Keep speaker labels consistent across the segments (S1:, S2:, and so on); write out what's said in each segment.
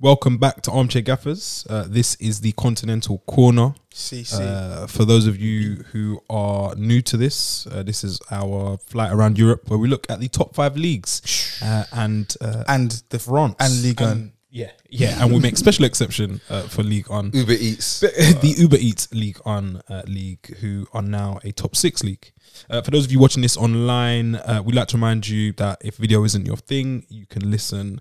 S1: Welcome back to Armchair Gaffers. Uh, this is the Continental Corner.
S2: CC.
S1: Uh, for those of you who are new to this, uh, this is our flight around Europe where we look at the top five leagues uh, and uh,
S2: and the
S1: France
S2: and Ligue 1.
S1: And- yeah, yeah, and we make special exception uh, for League On.
S3: Uber Eats.
S1: the Uber Eats League on uh, league, who are now a top six league. Uh, for those of you watching this online, uh, we'd like to remind you that if video isn't your thing, you can listen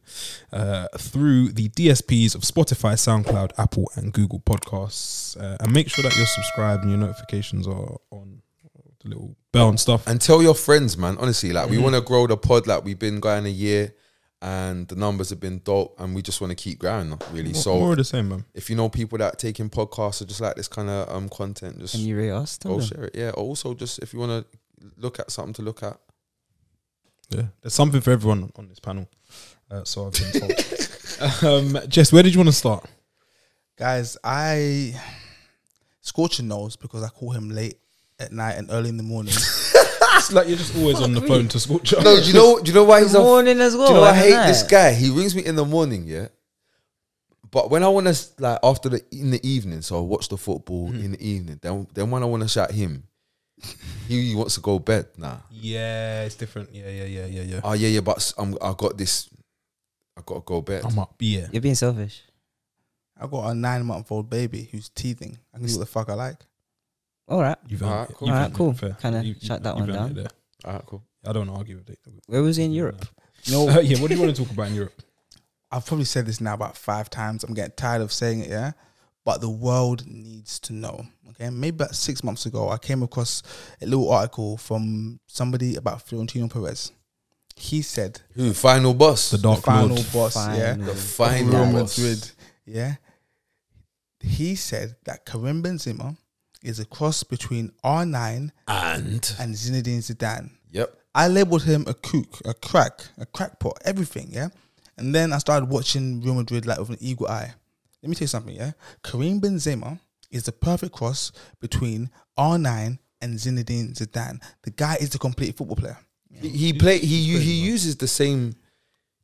S1: uh, through the DSPs of Spotify, SoundCloud, Apple, and Google Podcasts. Uh, and make sure that you're subscribed and your notifications are on the little bell and stuff.
S3: And tell your friends, man. Honestly, like we want to grow the pod. Like we've been going a year, and the numbers have been dope, and we just want to keep growing. Really.
S1: More-
S3: So
S1: more of the same, man.
S3: if you know people that taking podcasts or just like this kind of um content, just
S4: Can you rate us? Tell
S3: go
S4: them.
S3: share it. Yeah. Also, just if you want to look at something to look at.
S1: Yeah, there's something for everyone on this panel. Uh, so I've been told. um, Jess, where did you want to start?
S2: Guys, I Scorcher knows because I call him late at night and early in the morning.
S1: It's like you're just always on the phone to scorch.
S3: No, do you know? Do you know why he's
S4: Good
S3: on?
S4: morning as well.
S3: Do you know Oh, I hate
S4: isn't
S3: this
S4: it?
S3: guy? He rings me in the morning, yeah. But when I want to like after the in the evening, so I watch the football in the evening. Then then when I want to shout him, he, he wants to go bed. Nah.
S1: Yeah, it's different. Yeah, yeah, yeah, yeah, yeah.
S3: Oh yeah, yeah. But s- I'm, I got this. I got to go bed.
S1: I'm up. Yeah.
S4: You're being selfish.
S2: I got a nine month old baby who's teething. I can do what the fuck I like.
S4: All right.
S1: You've
S3: Alright,
S1: earned it.
S3: cool.
S1: You've
S4: Alright,
S1: earned it.
S4: cool.
S1: Fair.
S4: Kinda
S1: You- you-
S4: shut that
S1: you've
S4: one
S1: earned
S4: down.
S1: it there.
S3: Alright, cool.
S1: I don't argue with it.
S4: Where was he in Europe?
S2: No,
S1: Uh, yeah, what do you want to talk about in Europe?
S2: I've probably said this now about five times. I'm getting tired of saying it, yeah? But the world needs to know. Okay. Maybe about six months ago, I came across a little article from somebody about Florentino Perez. He said
S3: Who? Final boss.
S1: The
S3: The,
S2: the
S1: Dark
S2: final
S1: Lord.
S2: boss, yeah.
S4: Final.
S3: final
S2: Real
S3: boss.
S2: Madrid. Yeah. He said that Karim Benzema is a cross between R9
S3: And
S2: and Zinedine Zidane.
S3: yep.
S2: I labeled him a kook, a crack, a crackpot, everything, yeah? And then I started watching Real Madrid like with an eagle eye. Let me tell you something, yeah? Karim Benzema is the perfect cross between R9 and Zinedine Zidane. The guy is the complete football player.
S3: He, he play. He u- he uses the same.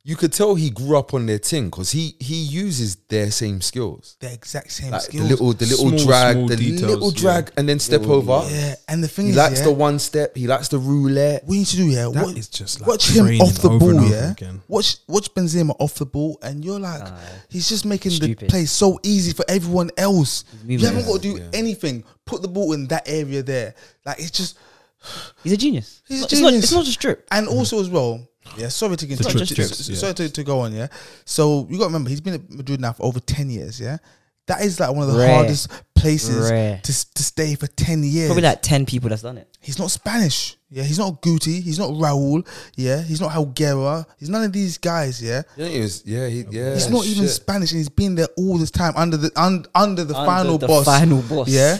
S3: You could tell he grew up on their thing because he he uses their same skills.
S2: The exact same
S3: like the
S2: skills.
S3: little the little
S1: Small,
S3: drag
S1: small
S3: the
S1: details,
S3: little
S1: yeah.
S3: drag and then step over
S2: yeah, and the thing
S3: he
S2: is,
S3: likes
S2: yeah,
S3: the one step he likes the roulette
S2: what you need to do, yeah,
S1: That
S2: what-
S1: is just like
S2: watch him
S1: training
S2: off the
S1: over
S2: ball,
S1: and over
S2: yeah.
S1: again.
S2: Watch watch Benzema off the ball, and you're like, he's just making the
S4: Stupid.
S2: play so easy for everyone else. You
S4: moving
S2: haven't
S4: around,
S2: got to do anything. Put the ball in that area there. Like it's just,
S4: He's a genius.
S2: He's a
S4: It's not-
S2: genius.
S4: It's not just drip.
S2: and also as well, yeah. Sorry to
S1: The
S2: continue.
S1: trips,
S2: s-
S1: trips,
S2: s-
S1: yeah.
S2: Sorry to, to go on, yeah. So you got to remember, he's been at Madrid now for over ten years, yeah. That is like one of the
S4: Rare.
S2: hardest places
S4: Rare.
S2: to, s- to stay for ten years.
S4: Probably like ten people that's done it.
S2: He's not Spanish. Yeah, he's not Guti. He's not Raul. Yeah, he's not Helguera. He's none of these guys. Yeah,
S3: yeah he was, yeah, he, yeah
S2: he's not even
S3: shit.
S2: Spanish, and he's been there all this time under the un, under the
S4: Under
S2: final
S4: the
S2: boss.
S4: final boss.
S2: Yeah.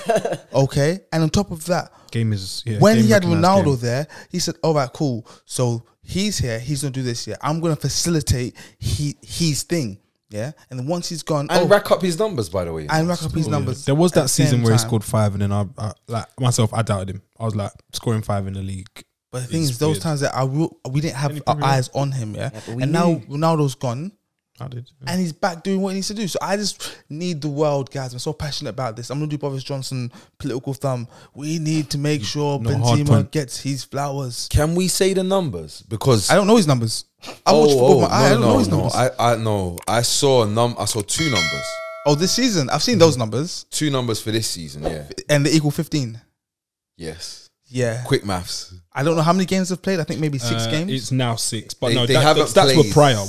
S2: okay. And on top of that,
S1: Game is yeah,
S2: when
S1: game
S2: he had
S1: recognised
S2: Ronaldo
S1: game.
S2: there, he said, "All right, cool. So he's here. He's gonna do this. Yeah, I'm gonna facilitate he his thing. Yeah, and once he's gone,
S3: and
S2: oh,
S3: rack up his numbers by the way
S2: and rack up his numbers.
S1: Oh, There was
S2: at
S1: that
S2: the same
S1: season where he
S2: time.
S1: scored five, and then I, I like myself, I doubted him. I was like scoring five in the league.
S2: But the thing
S1: It's
S2: is, those
S1: weird.
S2: times that I will, we didn't have our
S1: Premier League?
S2: eyes on him. Yeah,
S4: Yeah, but we
S2: and now
S4: knew.
S2: Ronaldo's gone.
S1: I did.
S2: and he's back doing what he needs to do. So I just need the world, guys. I'm so passionate about this. I'm gonna do Boris Johnson political thumb. We need to make sure
S1: No, hard
S2: Benzema
S1: point.
S2: gets his flowers.
S3: can we say the numbers because
S2: I don't know his numbers. I
S3: oh,
S2: watch football.
S3: oh,
S2: with my eye. I don't
S3: no
S2: know
S3: no
S2: his
S3: no
S2: numbers.
S3: I, I no I saw a num I saw two numbers
S2: oh, this season I've seen those numbers,
S3: two numbers for this season yeah
S2: and they equal 15.
S3: yes
S2: Yeah,
S3: quick maths
S2: I don't know how many games they've played. I think maybe six
S1: Uh,
S2: games.
S1: It's now six, but
S3: They-
S1: no,
S3: they
S1: that,
S3: haven't
S1: that's, that's were
S3: played.
S1: prior. Well,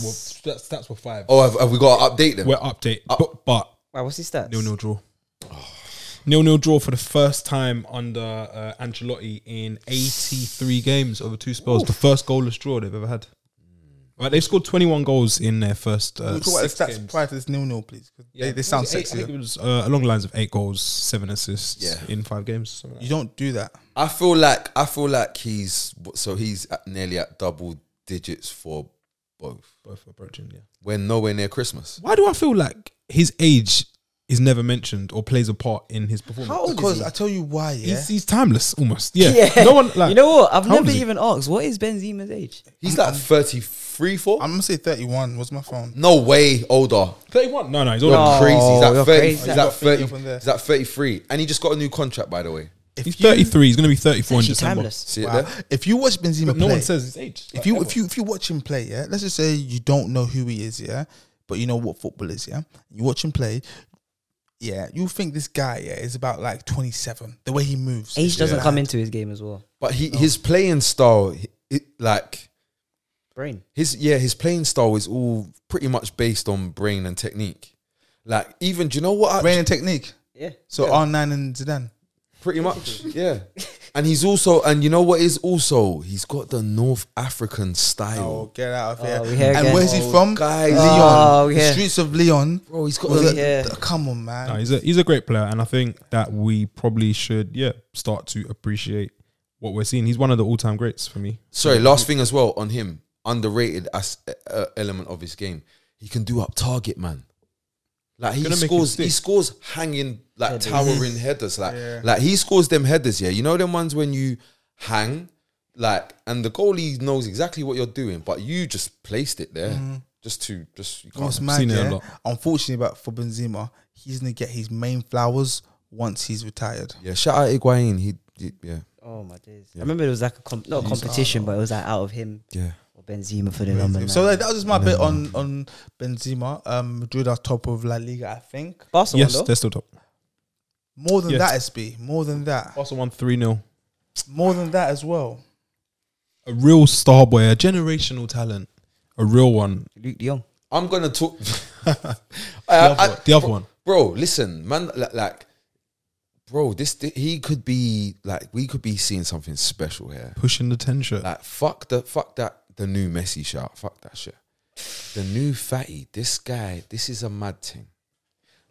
S1: that's that's were five.
S3: oh have, have we got to update them
S1: We're update, but, but
S4: Wow, what's his stats?
S1: Nil nil draw. Nil nil draw for the first time under uh, Ancelotti in 83 games over two spells. The first goalless draw they've ever had. Right, they've scored 21 goals in their first.
S2: Can
S1: Uh,
S2: we talk about
S1: six
S2: the stats
S1: games.
S2: prior to this nil-nil, please. 'Cause
S1: Yeah,
S2: they, they
S1: what
S2: sound
S1: was it? Eight- I
S2: sexy.
S1: think it was uh, along the lines of eight goals, seven assists
S3: Yeah.
S1: in five games. something
S2: You
S1: like
S2: don't do that.
S3: I feel like I feel like he's so he's at nearly at double digits for both
S1: that. Both approaching, yeah.
S3: we're nowhere near Christmas
S1: Why do I feel like his age is never mentioned or plays a part in his performance.
S4: How old
S2: Because
S4: is
S2: I
S4: he?
S2: tell you why, yeah.
S1: He's, he's timeless almost. Yeah. No one like
S4: you know what? I've
S1: How old
S4: never
S1: is he?
S4: even asked. What is Benzema's age?
S3: He's like 33, 4?
S2: I'm gonna say 31. Was my phone?
S3: No way older.
S1: 31. No, no, he's
S3: You're
S1: older.
S4: No,
S3: crazy. He's
S4: you're
S3: like 30.
S4: crazy.
S3: He's like 30.
S2: Thinking from there.
S3: He's like 33. And he just got a new contract, by the way.
S2: If
S1: He's
S2: you-
S1: 33. He's going to be 34 in
S4: Actually,
S1: December.
S4: timeless.
S3: See
S2: Wow.
S3: it there?
S2: If you watch Benzema
S1: But
S2: play,
S1: no one says his age.
S2: if you if you if you watch him play, yeah, let's just say you don't know who he is, yeah, but you know what football is, yeah. You watch him play, yeah, you think this guy, yeah, is about like twenty seven. The way he moves,
S4: Age doesn't
S2: Yeah.
S4: come into his game as well.
S3: But he, his playing style, he- it, like
S4: Brain.
S3: his yeah, his playing style is all pretty much based on brain and technique. Like even do you know what? I-
S2: Brain and technique.
S4: Yeah.
S2: So R nine and Zidane.
S3: Pretty much, yeah. And he's also, and you know what is also, he's got the North African
S2: Oh,
S3: style,
S2: get out of
S4: Oh,
S2: here!
S4: we here
S2: and
S4: again.
S2: where's he
S3: Oh,
S2: from?
S3: guys.
S2: Leon.
S4: Oh,
S2: The
S4: yeah.
S2: streets of Leon.
S3: bro. He's got
S2: Was
S3: the,
S2: it-
S4: Yeah.
S2: th- Come on, man.
S1: No, he's a he's a great player, and I think that we probably should yeah start to appreciate what we're seeing. He's one of the all time greats for me.
S3: Sorry, last thing as well on him, underrated as uh, element of his game. He can do up target, man. Like he
S1: Gonna make it
S3: scores, he
S1: stick.
S3: scores hanging like
S4: Headers.
S3: towering headers. Like
S2: Yeah.
S3: like he scores them headers. Yeah, you know them ones when you hang, like and the goalie knows exactly what you're doing, but you just placed it there,
S1: Mm-hmm.
S3: just to just you can't.
S2: What's mad,
S1: seen it a
S2: yeah?
S1: lot.
S2: Unfortunately, about for Benzema, he's gonna get his main flowers once he's retired.
S3: Yeah, shout out Iguain. He, he yeah
S4: Oh my days.
S3: Yeah.
S4: I remember it was like a comp- not a competition, but it was like out of him
S3: yeah.
S4: or Benzema for the number. Nine.
S2: So like, that was just my bit on on Benzema. Um, Madrid are top of La Liga, I think.
S4: Barcelona.
S1: yes, they're still top.
S2: More than
S1: Yes.
S2: that, SB. More than that.
S1: Also won three 0
S2: More than that as well.
S1: A real star boy, a generational talent, a real one.
S4: Luke de Jong.
S3: I'm gonna talk.
S1: The
S3: I-
S1: other,
S3: I-
S1: one- the other one.
S3: bro listen man li- like bro this thi- he could be like we could be seeing something special here
S1: pushing the ten shirt.
S3: like fuck the fuck that the new Messi shot fuck that shit the new fatty this guy this is a mad thing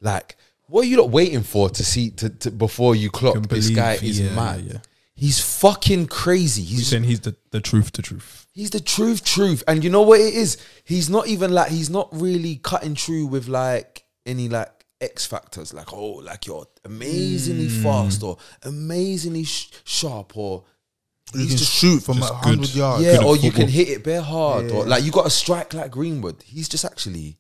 S3: like what are you not waiting for to see to, to before you clock
S1: Can
S3: this
S1: believe-
S3: guy is
S1: yeah,
S3: mad
S1: yeah.
S3: he's fucking crazy
S1: He's
S3: he's
S1: saying he's the, the truth, the truth.
S3: He's the truth, truth. And you know what it is? He's not even like, he's not really cutting through with like any like X factors, like, oh, like you're amazingly fast or amazingly sh- sharp or,
S2: You
S3: He's
S2: can
S3: just-
S2: shoot from
S1: just
S2: a hundred
S1: good.
S2: yards.
S3: yeah,
S1: good at
S3: or you
S1: football.
S3: can hit it bare hard or
S2: Yeah.
S3: like you got a strike like Greenwood. He's just actually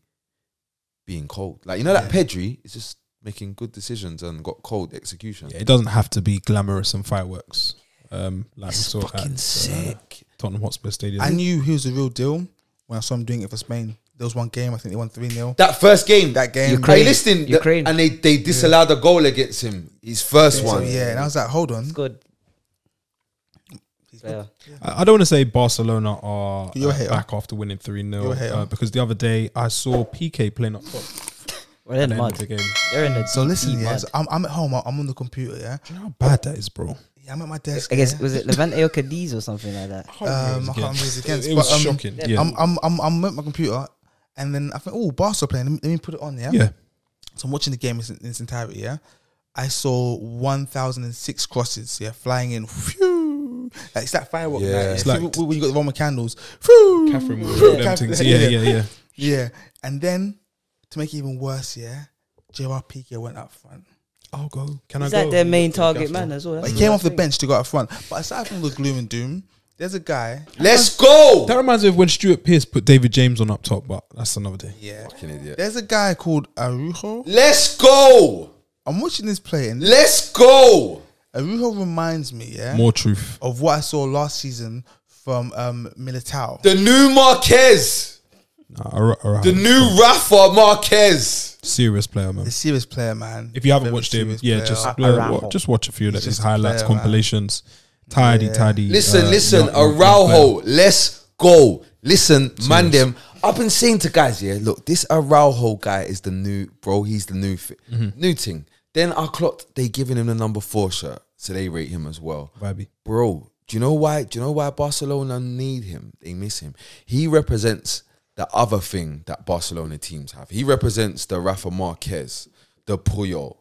S3: being cold. Like, you know, that Pedri is just making good decisions and got cold execution.
S1: Yeah, it doesn't have to be glamorous and fireworks. Um, like
S3: It's
S1: we saw
S3: fucking
S1: at Uh,
S3: sick.
S1: Tottenham Hotspur Stadium.
S2: I knew he was the real deal when I saw him doing it for Spain. There was one game I think they won three 0
S3: That first game,
S2: That game.
S3: Are
S4: Ukraine.
S3: you listening?
S4: Ukraine.
S3: and they they disallowed a goal against him. His first
S2: So
S3: one.
S2: yeah, and I was like, hold on.
S4: Good.
S2: He's
S4: player.
S1: I I don't want to say Barcelona are
S2: You're a
S1: uh,
S2: hater.
S1: back after winning 3 0
S2: You're a hater.
S1: uh, because the other day I saw PK playing up top
S4: Well, they're
S1: at
S4: in
S1: the end
S4: the
S1: of the
S4: mud.
S1: game.
S4: They're in the
S2: So
S4: deep,
S2: listen,
S4: deep
S2: yeah,
S4: mud.
S2: so I'm, I'm at home. I'm on the computer. Yeah,
S1: Do you know how bad that is, bro?
S2: yeah I'm at my desk.
S4: I guess
S2: yeah.
S4: was it Levante or Cadiz or something like that.
S2: Um, I can't remember his against,
S1: It was
S2: but, um,
S1: shocking. Yeah.
S2: I'm, I'm I'm I'm at my computer, and then I think, oh, Barca are playing. Let me, let me put it on. Yeah.
S1: yeah.
S2: So I'm watching the game in, in its entirety. Yeah. I saw 1,006 crosses. Yeah, flying in. Phew. Like, it's like firework.
S3: Yeah.
S2: night, Yeah,
S3: It's
S2: See,
S1: like-
S2: when- when you got the Roman candles. Phew.
S1: Catherine Wood,
S2: Phew.
S1: them
S2: Catherine-
S1: things. Yeah, yeah, yeah.
S2: yeah. And then to make it even worse, yeah, J.R. Piqué went up front.
S1: I'll go. Can
S4: Is
S1: I go?
S4: that their main target
S1: Gaffer.
S4: man as well?
S2: But
S4: That's
S2: he
S4: the
S2: came off
S4: last
S2: the
S4: thing.
S2: bench to go up front. But aside from the gloom and doom, there's a guy.
S3: Let's go.
S1: That reminds me of when Stuart Pearce put David James on up top, but that's another day.
S2: Yeah.
S3: Fucking idiot.
S2: There's a guy called Arujo.
S3: Let's go.
S2: I'm watching this play, and
S3: Let's go.
S2: Arujo reminds me, yeah,
S1: More truth.
S2: of what I saw last season from um, Militao.
S3: The new Marquez.
S1: Nah, Ara- Ara-
S3: The new Rafa Marquez.
S1: serious player, man.
S2: The serious player, man.
S1: If you haven't
S2: Very
S1: watched him,
S2: serious
S1: yeah,
S2: player.
S1: just
S4: A-
S1: uh,
S4: Araujo.
S1: wa- just watch a few of his
S2: just a
S1: highlights,
S2: player, man.
S1: compilations. Tidy,
S2: Yeah.
S1: tidy.
S3: Listen,
S1: uh,
S3: listen.
S1: young- young player.
S3: Araujo. Let's go. Listen, man. Them. I've been saying to guys, yeah. Look, this Araujo guy is the new bro. He's the new fi- new thing. Then I clocked. They giving him the number four shirt, so they rate him as well.
S1: Vibey.
S3: bro. Do you know why? Do you know why Barcelona need him? They miss him. He represents the other thing that Barcelona teams have. He represents the Rafa Marquez, the Puyol,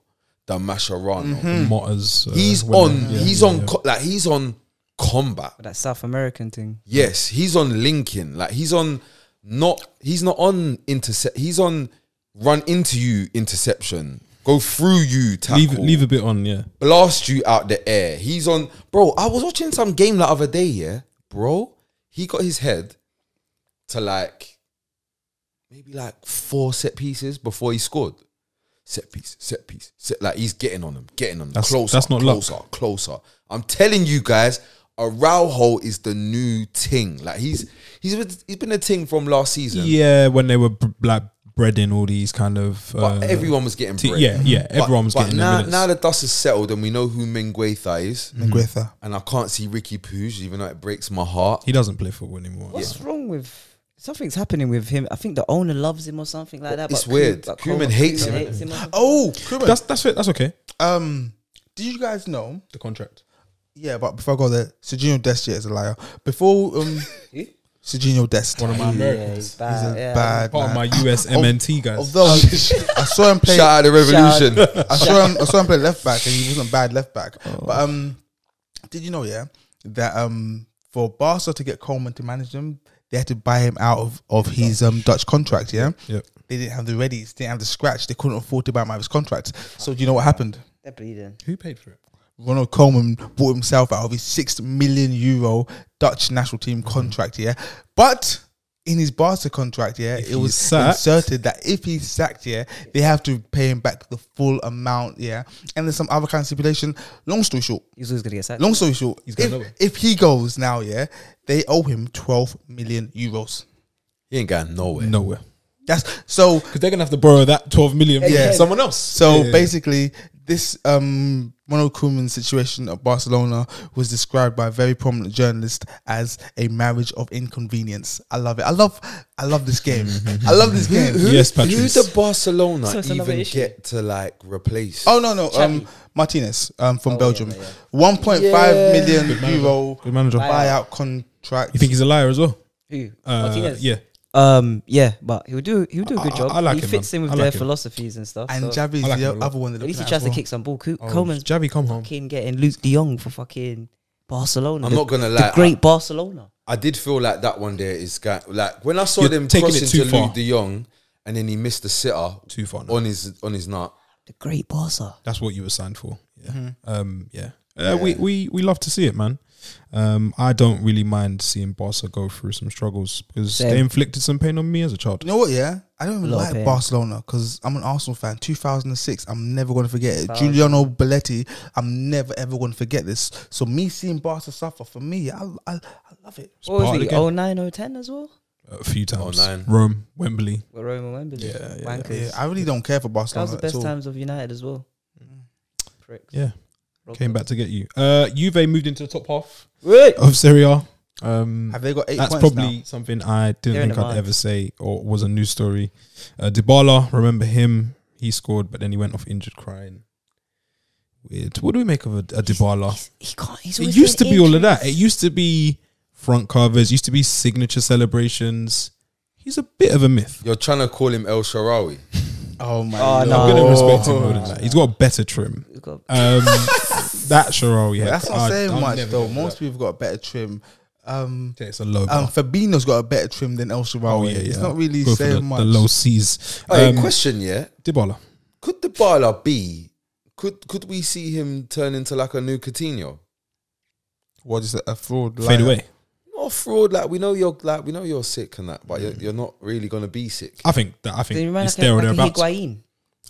S3: the Mascherano.
S1: Motters. uh,
S3: He's
S1: winner.
S3: on.
S1: Yeah,
S3: he's
S1: yeah,
S3: on.
S1: yeah.
S3: Co- like he's on combat.
S4: That South American thing.
S3: Yes, he's on linking. Like he's on. Not. He's not on intercept. He's on run into you interception. go through you, tackle,
S1: leave leave a bit on, yeah.
S3: blast you out the air. He's on, bro. I was watching some game the other day, yeah, bro. He got his head to like maybe like four set pieces before he scored. Set piece, set piece, set, like he's getting on them, getting on them.
S1: That's-
S3: closer,
S1: that's not luck.
S3: closer, closer. I'm telling you guys, Araujo is the new ting. Like he's he's with- he's been a ting from last season.
S1: Yeah, when they were b- like breading all these kind of.
S3: But
S1: uh,
S3: everyone was getting
S1: t-
S3: bread.
S1: yeah, yeah,
S3: But-
S1: everyone was
S3: but
S1: getting their
S3: now,
S1: minutes.
S3: now the dust is settled and we know who Mingueza is.
S2: Mingueza.
S3: and I can't see Ricky Pooge, even though it breaks my heart.
S1: he doesn't play football anymore.
S4: What's wrong with something's happening with him? I think the owner loves him or something like that.
S3: It's
S4: but Koeman-
S3: weird.
S4: but
S3: Koeman
S4: Koeman-
S3: hates
S4: Koeman
S3: him.
S4: or something.
S2: Oh, Koeman.
S1: That's that's it. That's okay.
S2: um, did you guys know?
S1: The contract.
S2: Yeah, but before I go there, Sergio Dest yeah, is a liar. Before um,
S4: Who?
S2: Sergio Dest,
S1: One of my
S4: Yeah, he's
S1: Americans.
S4: bad.
S2: a
S4: yeah.
S2: bad
S1: Part of
S2: man.
S1: my US MNT guys.
S2: Although I saw him play,
S3: Shout out the revolution.
S2: I saw him, I saw him play left back, and he wasn't bad left back.
S1: Oh.
S2: But um, did you know, yeah, that um, for Barca to get Coleman to manage them, they had to buy him out of, of his um Dutch contract. Yeah,
S1: Yep.
S2: they didn't have the readies, they didn't have the scratch, they couldn't afford to buy him out of his contract. So do you know what happened?
S4: They're bleeding.
S1: Who paid for it?
S2: Ronald Coleman bought himself out of his six million euro Dutch national team
S1: Mm-hmm.
S2: contract, yeah. But in his Barca contract, yeah,
S1: If
S2: it was
S1: he's sacked-
S2: inserted that if he's sacked, yeah, they have to pay him back the full amount, yeah. And there's some other kind of stipulation. Long story short,
S4: He's always gonna get sacked.
S2: long story short,
S1: He's going
S2: if,
S1: nowhere.
S2: if he goes now, yeah, they owe him 12 million euros.
S3: he ain't going nowhere.
S1: Nowhere.
S2: That's so,
S1: Because they're gonna have to borrow that twelve million from
S2: Yeah.
S1: someone else.
S2: so
S1: Yeah.
S2: basically, this um Ronald Koeman situation at Barcelona was described by a very prominent journalist as a marriage of inconvenience. I love it. I love, I love this game. I love this game.
S1: Yes,
S3: Who
S1: Patrice.
S3: the Barcelona
S4: So it's another
S3: even
S4: issue.
S3: get to like replace?
S2: Oh no, no, um, Martinez um from
S4: Oh,
S2: Belgium,
S4: yeah, yeah.
S2: one point five
S3: Yeah.
S2: million
S1: Good manager.
S2: euro
S1: Good manager.
S2: buyout contract.
S1: You think he's a liar as well?
S4: Who?
S1: Uh,
S4: Martinez.
S1: Yeah.
S4: Um. Yeah, but he'll do. He'll do a
S1: I-
S4: good
S1: I-
S4: job.
S1: I like
S4: he
S1: him,
S4: fits
S1: man.
S4: in with
S1: I
S4: their
S1: like him.
S4: philosophies and stuff.
S2: and
S4: so
S2: Javi's
S1: I like him
S2: the
S1: a lot.
S2: other one. At
S4: at least he tries to kick some ball. Co-
S1: Oh,
S4: Coleman's
S1: Javi, come home.
S4: fucking getting Luke De Jong for fucking Barcelona.
S3: I'm
S4: the,
S3: not gonna
S4: the
S3: lie.
S4: great Barcelona.
S3: I did feel like that one there is guy. Like when I saw
S1: You're
S3: them
S1: taking it
S3: crossing
S1: too
S3: to
S1: far.
S3: Luke De Jong, and then he missed the sitter
S1: Too far. Now.
S3: on his on his nut.
S4: The great Barca.
S1: That's what you were signed for. Yeah. Um. Yeah. Uh, we, we we love to see it, man. Um, I don't really mind seeing Barca go through some struggles because
S4: Same.
S1: they inflicted some pain on me as a child.
S2: You know what? Yeah, I don't even
S4: lot of
S2: like
S4: pain.
S2: Barcelona because I'm an Arsenal fan. 2006, I'm never gonna forget it.
S4: Thousand.
S2: Giuliano Belletti, I'm never ever gonna forget this. So me seeing Barca suffer for me, I, I, I love it.
S4: What
S1: part
S4: was
S1: of
S4: he?
S1: the game.
S4: Oh nine, oh ten as well.
S1: a few times.
S3: Online.
S1: Rome, Wembley.
S4: With Roma Wembley.
S1: Yeah, yeah,
S4: Wankers.
S2: Yeah, I really don't care for
S4: that
S2: Barcelona
S4: was the
S2: at
S4: best
S2: all.
S4: times of United as well. Pricks.
S1: Yeah,
S4: Rob
S1: came
S4: Hope.
S1: back to get you. Uh, Juve moved into the top half
S4: Wait.
S1: of Serie A. Um,
S2: Have they got eight
S1: that's
S2: points
S1: probably something I didn't
S4: They're in
S1: think I'd
S4: demand.
S1: ever say or was a news story. Uh, Dybala, remember him? He scored, but then he went off injured crying. Weird. What do we make of a, a Dybala?
S4: He's, he can't. He's
S1: It
S4: always
S1: used to
S4: getting
S1: be all of that. It
S4: injuries.
S1: used to be front covers. Used to be signature celebrations. He's a bit of a myth.
S3: You're trying to call him El Sharawi.
S2: now? Oh my!
S4: Oh,
S2: lord.
S4: no.
S1: I'm gonna
S4: Oh.
S1: respect him more than that. He's got a better trim.
S4: We've got-
S1: Um, that Sherol, yeah.
S2: That's not
S1: I-
S2: saying
S1: I'm
S2: much
S1: never
S2: though.
S1: gonna do that.
S2: Most people got a better trim. Um,
S1: Yeah, it's a low.
S2: um,
S1: bar.
S2: Fabinho's got a better trim than El Shaarawy. It's not really
S1: Oh, Go for
S2: saying
S1: the,
S2: much.
S1: The low C's.
S3: Hey,
S1: Um,
S3: question, Oh, yeah.
S1: Dybala.
S3: Could the Bala be? Could could we see him turn into like a new Coutinho?
S2: What is it? A fraud?
S1: Fade
S2: liar.
S1: away.
S3: Not fraud. Like we know you're like we know you're sick and that, but
S1: Mm.
S3: you're, you're not really gonna be sick.
S1: I think that I
S4: They
S1: think
S4: remind
S1: he's
S4: like a-
S1: there or
S4: like a
S1: thereabouts.
S4: Higuain.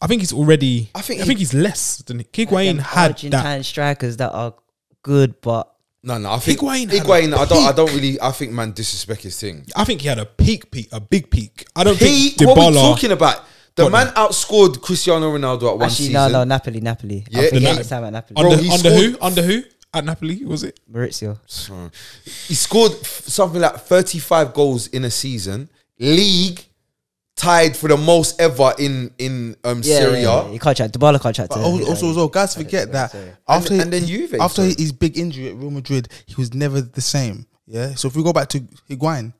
S1: I think he's already. I
S3: I
S1: think
S3: think
S1: I
S3: he-
S1: think he's less than Higuain
S4: Like them
S1: had that.
S4: Argentine strikers that are good, but
S3: No, no. I think
S1: Higuain had a
S3: Higuain. I don't. I
S1: peak.
S3: don't really. I think man disrespect his thing.
S1: I think he had a peak, peak, a big peak. I don't
S3: Peak.
S1: think
S3: What are we
S1: Dybala.
S3: talking about? The
S1: Got
S3: man outscored Cristiano Ronaldo at one
S4: actually
S3: season.
S4: no, no, Napoli, Napoli.
S3: Yeah,
S4: I
S3: the
S4: forget
S1: Nap-
S4: his time at Napoli.
S1: Under,
S3: Bro, he
S1: under who?
S3: scored-
S1: Under who? At Napoli was it?
S4: Maurizio.
S3: Sorry. He scored f- something like thirty-five goals in a season. League tied for the most ever in in um, Serie A.
S4: You can't chat. Dybala can't chat to
S2: But
S4: him.
S2: also, also, also, guys, forget that after
S3: And- and then Juve,
S2: after
S3: sorry.
S2: his big injury at Real Madrid, he was never the same. Yeah. So if we go back to Higuain,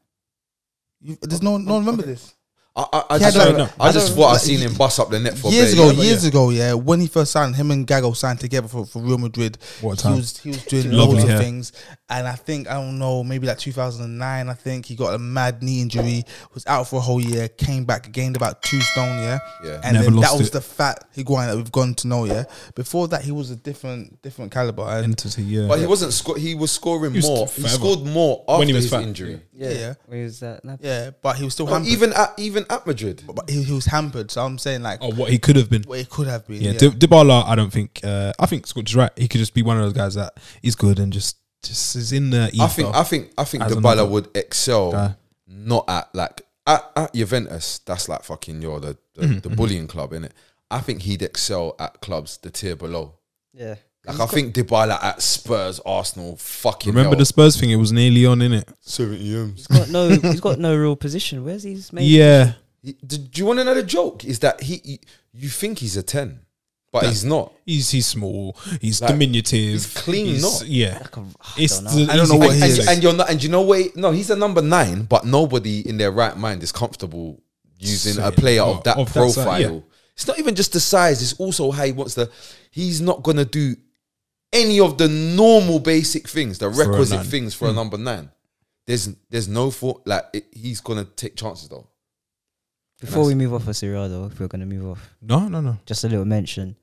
S2: you, there's no no one remember this.
S3: I, I, I
S2: He had
S3: just,
S2: like-
S3: I,
S1: I
S3: just
S2: don't-
S3: thought I
S2: like,
S3: seen him bust up the net for
S2: years
S3: a bit,
S2: ago,
S3: yeah.
S2: years ago, yeah, when he first signed, him and Gago signed together for, for Real Madrid.
S1: What a
S2: he
S1: time.
S2: was he was doing
S1: Lovely
S2: loads of
S1: hair.
S2: things, and I think I don't know, maybe like 2009, I think he got a mad knee injury, was out for a whole year, came back, gained about two stone, yeah,
S3: Yeah.
S2: and
S1: Never
S2: then that
S1: lost
S2: was
S1: it.
S2: the fat Higuain that we've gone to know, yeah. Before that, he was a different different caliber, and
S1: Entity, yeah.
S3: But he wasn't. Sco- he was scoring
S1: He was
S3: more.
S1: t-
S3: He
S1: forever.
S3: scored more after
S1: When he was
S3: his
S1: fat.
S3: injury.
S2: yeah, yeah,
S4: Where was that? Napoli?
S2: yeah, but he was still
S3: Well,
S2: hampered.
S3: even at even at Madrid,
S2: but he, he was hampered, so I'm saying like,
S1: or what he could have been.
S2: what it could have been,
S1: Oh. Yeah, Di Dybala, I don't think. Uh, I think Scott is right. He could just be one of those guys that he's good and just just is in the. Ether. Uh,
S3: I think I think I think
S1: As
S3: Dybala
S1: another
S3: would excel.
S1: guy.
S3: Not at like at, at Juventus. That's like fucking your the the,
S1: Mm-hmm,
S3: the bullying club, innit? I think he'd excel at clubs the tier below.
S4: Yeah.
S3: Like I think Dybala at Spurs, Arsenal, fucking
S1: Remember
S3: hell.
S1: the Spurs thing? It was nearly on, in it.
S3: seventy M's.
S4: He's got no. he's got no real position. Where's his main?
S1: Yeah,
S3: Do, do you want another joke? Is that he? he- you think he's a ten, but
S1: That-
S3: he's not.
S1: he's he's small. He's
S3: Like,
S1: diminutive.
S3: he's clean, not-
S1: yeah.
S4: Like a, I
S1: It's
S4: don't know.
S1: the
S2: I don't know
S1: easy
S2: what
S1: thing
S2: he
S1: to
S3: and,
S2: is.
S1: say.
S3: and you're not, and you know wait no he's a number nine but nobody in their right mind is comfortable using a
S1: Saying,
S3: player
S1: well,
S3: of that
S1: of that
S3: profile
S1: size, yeah.
S3: it's not even just the size it's also how he wants to he's not going to do any of the normal basic things the
S1: For a
S3: requisite
S1: nine. Hmm.
S3: things for a number nine there's there's no thought like it, he's going to take chances though
S4: Before we move off of Serie A, though, if we're going to move off,
S1: No, no, no.
S4: just a little mention.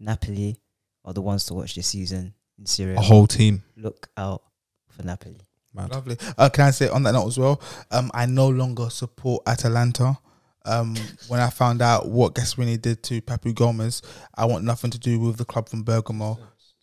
S4: Napoli are the ones to watch this season in Serie
S1: A
S4: A.
S1: whole team.
S4: Look out for Napoli.
S1: Mad.
S2: Lovely. Uh, can I say on that note as well? Um, I no longer support Atalanta. Um, when I found out what Gasperini did to Papu Gomez, I want nothing to do with the club from Bergamo.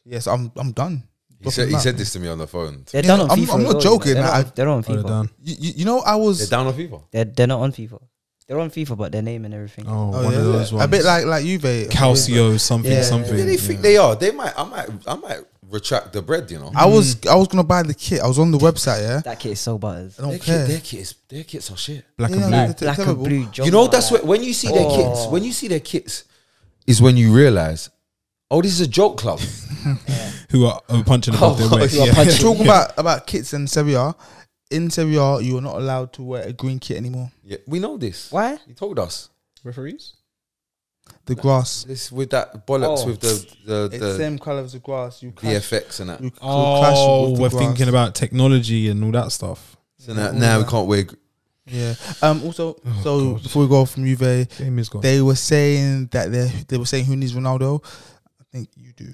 S2: Yes, I'm I'm done.
S3: he said, he said this to me on the phone
S4: They're
S2: Yeah,
S4: done on
S2: I'm-
S4: FIFA. as
S2: I'm not
S4: well, you know.
S2: joking,
S4: They're
S2: like,
S4: not,
S2: I've-
S4: on- they're not on
S1: Oh, they're
S4: FIFA.
S1: down.
S2: You, you, you know I
S3: they're
S2: was
S3: down on FIFA
S4: They're they're not on FIFA. They're on FIFA, but their name and everything.
S1: Oh,
S2: oh,
S1: one
S2: yeah.
S1: of those ones.
S2: a bit like like Juve.
S1: Calcio, something,
S4: Yeah.
S1: something.
S3: yeah, they think
S1: yeah.
S3: they are they might I might I might retract the bread you know
S2: I was I was gonna buy the kit. I was on the website. Yeah,
S4: That kid is so butters.
S2: I don't
S3: their,
S2: care.
S3: kit, their, kit is, their kits are shit
S1: black
S2: Yeah,
S1: and blue.
S2: like-
S4: Black and
S2: terrible.
S4: blue.
S3: you know that's what when you see their
S4: Oh.
S3: kids when you see their kids is when you realize oh this is a joke club
S1: Who are, are punching above
S3: Oh,
S1: their weight?
S3: who are
S1: Yeah.
S3: punching.
S2: Talking about about kits and Serie A. In Serie A, you are not allowed to wear a green kit anymore.
S3: yeah, we know this
S4: Why?
S3: you told us
S1: Referees?
S2: The grass,
S3: this with that bollocks
S4: Oh.
S3: with the the,
S2: it's
S3: the
S2: same color as the grass. You clash,
S3: VFX and that
S2: you,
S1: Oh, we're thinking
S2: about.
S1: about technology and all that stuff.
S3: so now, now we can't wear gr-
S2: Yeah. Um. Also, so
S1: Oh, God.
S2: before we go off from Juve,
S1: Game is gone.
S2: they were saying that they they were saying who needs Ronaldo. I think you do.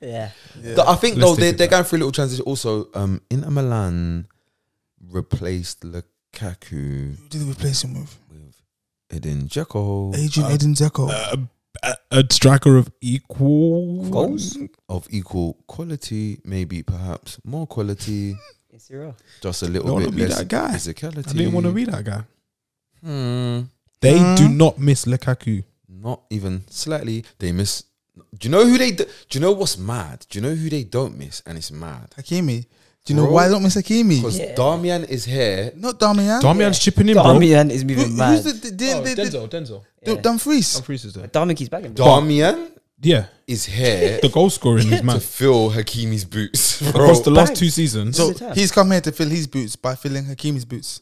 S4: Yeah.
S3: Th- I
S1: Let's
S3: think though
S1: take
S3: they
S1: it
S3: they're
S1: back.
S3: going through a little transition also um Inter Milan replaced Lukaku
S2: Who did they replace him with?
S3: with Edin Dzeko
S2: Adrian Eden Dzeko.
S1: Uh, a, a striker of equal
S4: Goals?
S3: of equal quality maybe perhaps more quality
S4: In Serie A.
S3: just
S1: I
S3: a
S1: don't
S3: little
S1: want
S3: bit
S1: to be
S3: less
S1: that guy.
S3: physicality
S1: I didn't want to be that guy.
S3: hmm
S1: They
S2: Hmm.
S1: do not miss Lukaku.
S3: Not even slightly. They miss. Do you know who they? Do, do you know what's mad? Do you know who they don't miss? And it's mad
S2: Hakimi. Do you know
S3: Bro.
S2: why I don't miss Hakimi?
S3: because
S4: Yeah.
S3: Damian is here.
S2: Not Damian.
S1: Damian's chipping in, bro.
S4: Darmian is
S2: Who,
S4: moving
S2: who's
S4: mad.
S2: the, the, the,
S3: Oh,
S2: the, the,
S1: Oh, Denzel.
S4: Yeah.
S2: Dumfries?
S1: Freeze's there.
S4: Darmian keeps bagging.
S3: Damian
S1: Yeah,
S3: is here
S1: the goal scoring is
S3: to
S1: mad.
S3: fill Hakimi's boots. Bro.
S1: Across the last
S4: bang.
S1: two seasons,
S2: So
S4: Who's the
S2: he's come here to fill his boots by filling Hakimi's boots.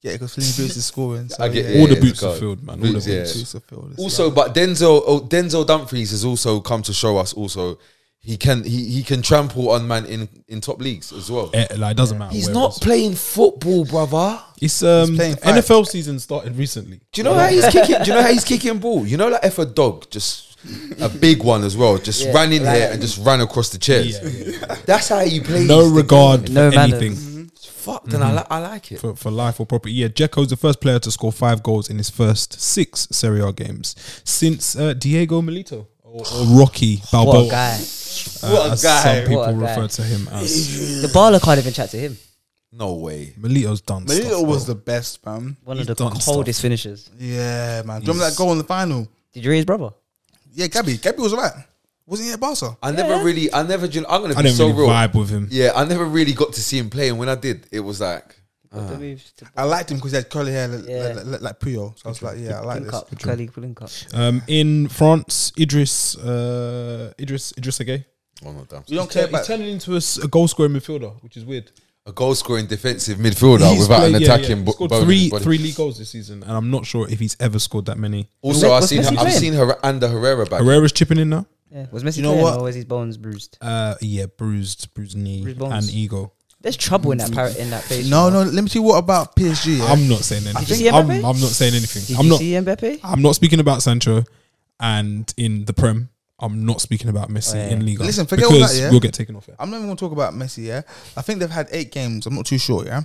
S2: Yeah, because filling boots is scoring. So
S3: I get
S2: yeah.
S3: it.
S1: all the
S3: yeah,
S1: boots
S3: go.
S1: are filled, man.
S3: Boots,
S1: all the
S3: yeah.
S1: boots.
S2: Boots are filled. It's
S3: Also, but Denzel oh, Denzel Dumfries has also come to show us. Also, he can he, he can trample on man in in top leagues as well.
S1: Eh, like, it doesn't matter.
S3: He's
S1: where
S3: not
S1: it's-
S3: playing football, brother.
S1: It's um,
S2: playing
S1: the NFL season started recently.
S3: Do you know how he's kicking? Do you know how he's kicking ball? You know, like if a dog just a big one as well, just
S4: Yeah,
S3: ran in
S4: like-
S3: here and just ran across the chairs.
S1: Yeah, yeah.
S3: That's how he plays.
S1: no
S3: the
S1: regard
S3: game.
S4: No
S1: for
S4: manners.
S1: anything
S3: Fuck, then I, li- I like it.
S1: for, for life or property. Yeah, Jekyll's the first player to score five goals in his first six Serie A games since uh, Diego Milito or, or Rocky Balboa.
S4: What a guy.
S1: uh,
S3: What a
S1: as
S3: guy.
S1: Some people
S4: What a guy.
S1: refer to him as.
S4: The baller can't even chat to him.
S3: No way.
S1: Milito's done.
S2: Melito
S1: stuff,
S2: was
S1: bro.
S2: the best, man.
S4: One
S1: He's
S4: of the
S1: done stuff.
S4: coldest finishers.
S2: Yeah, man. Do you remember
S1: He's-
S2: that goal in the final?
S4: Did you hear his brother?
S2: Yeah, Gabby. Gabby was right. Wasn't he at Barca?
S3: I never really. I never. do you know, I'm gonna
S1: I
S3: be
S1: didn't
S3: so
S1: really
S3: real.
S1: vibe with him.
S3: Yeah, I never really got to see him play, and when I did, it was like
S4: Got the moves to
S2: I liked him because he had curly hair like,
S4: Yeah.
S2: like, like, like Puyo. So I was like, yeah, I like
S4: link
S2: this.
S4: up. Curly link up.
S1: Um, in France, Idris, uh, Idris, Idris Age.
S3: oh no, damn.
S2: You don't care about
S1: turning into a, s- a goal scoring midfielder, which is weird.
S3: a goal scoring defensive midfielder
S1: He's
S3: without
S1: played-
S3: an
S1: yeah, yeah,
S3: attacking
S1: he
S3: bo-
S1: scored
S3: bone in
S1: three
S3: his body.
S1: three league goals this season, and I'm not sure if he's ever scored that many.
S3: Also,
S4: Where-
S3: I've seen
S4: where's
S3: her,
S4: he
S3: I've
S4: playing?
S3: seen her and the Herrera back.
S1: Herrera's chipping in now.
S4: Yeah. Was Messi
S2: You know
S4: playing
S2: what?
S4: or was his bones bruised?
S1: Uh, yeah, bruised, bruised knee,
S4: Bruised bones.
S1: and ego.
S4: There's trouble in that parrot in that face.
S2: No, no. Let me tell you what about PSG. Yeah?
S1: I'm not saying
S4: you
S1: anything.
S4: see
S1: I'm, I'm
S4: Mbappe?
S1: not saying anything.
S4: Did
S1: I'm
S4: you
S1: not.
S4: see Mbappe?
S1: I'm not speaking about Sancho, and in the Prem, I'm not speaking about Messi
S4: Oh, yeah.
S1: in Liga.
S2: Listen, forget all
S1: because
S2: that, yeah?
S1: we'll get taken off. Yeah.
S2: I'm not even going to talk about Messi. Yeah, I think they've had eight games. I'm not too sure. Yeah,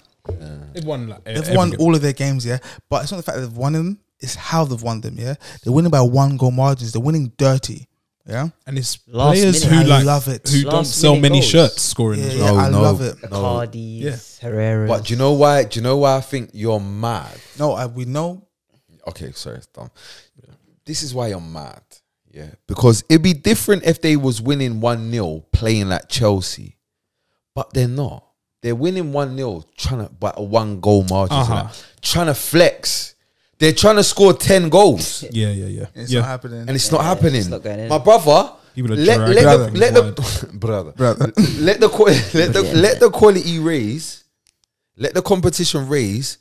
S1: They've won. Like,
S2: they've won all of their games. Yeah, but it's not the fact that they've won them; it's how they've won them. Yeah, they're winning by one goal margins. They're winning dirty. Yeah,
S1: and it's
S4: Last
S1: players
S4: minute.
S1: who
S2: I
S1: like
S2: love it.
S1: who don't
S4: Last
S1: sell
S4: minute
S1: many
S4: goals.
S1: shirts scoring.
S2: yeah,
S1: as
S2: yeah
S1: well.
S3: No,
S2: I
S3: no.
S2: love it.
S4: Icardi,
S1: Yeah.
S4: Herrera.
S3: But do you know why? Do you know why I think you're mad?
S2: No, I, we know.
S3: Okay, sorry, it's dumb. This is why you're mad. Yeah, because it'd be different if they was winning one 0 playing like Chelsea, but they're not. They're winning one 0 trying to by a one goal margin,
S1: Uh-huh.
S3: trying to flex. They're trying to score ten goals,
S1: Yeah, yeah, yeah.
S2: It's
S1: yeah.
S2: not happening.
S3: and it's
S4: Yeah,
S3: not
S4: it's
S3: happening.
S4: not going in.
S3: My brother,
S1: People are
S3: let,
S1: dragging
S3: let the
S1: things
S3: let the brother,
S2: Brother.
S3: let the qua- let the let the quality raise, let the competition raise.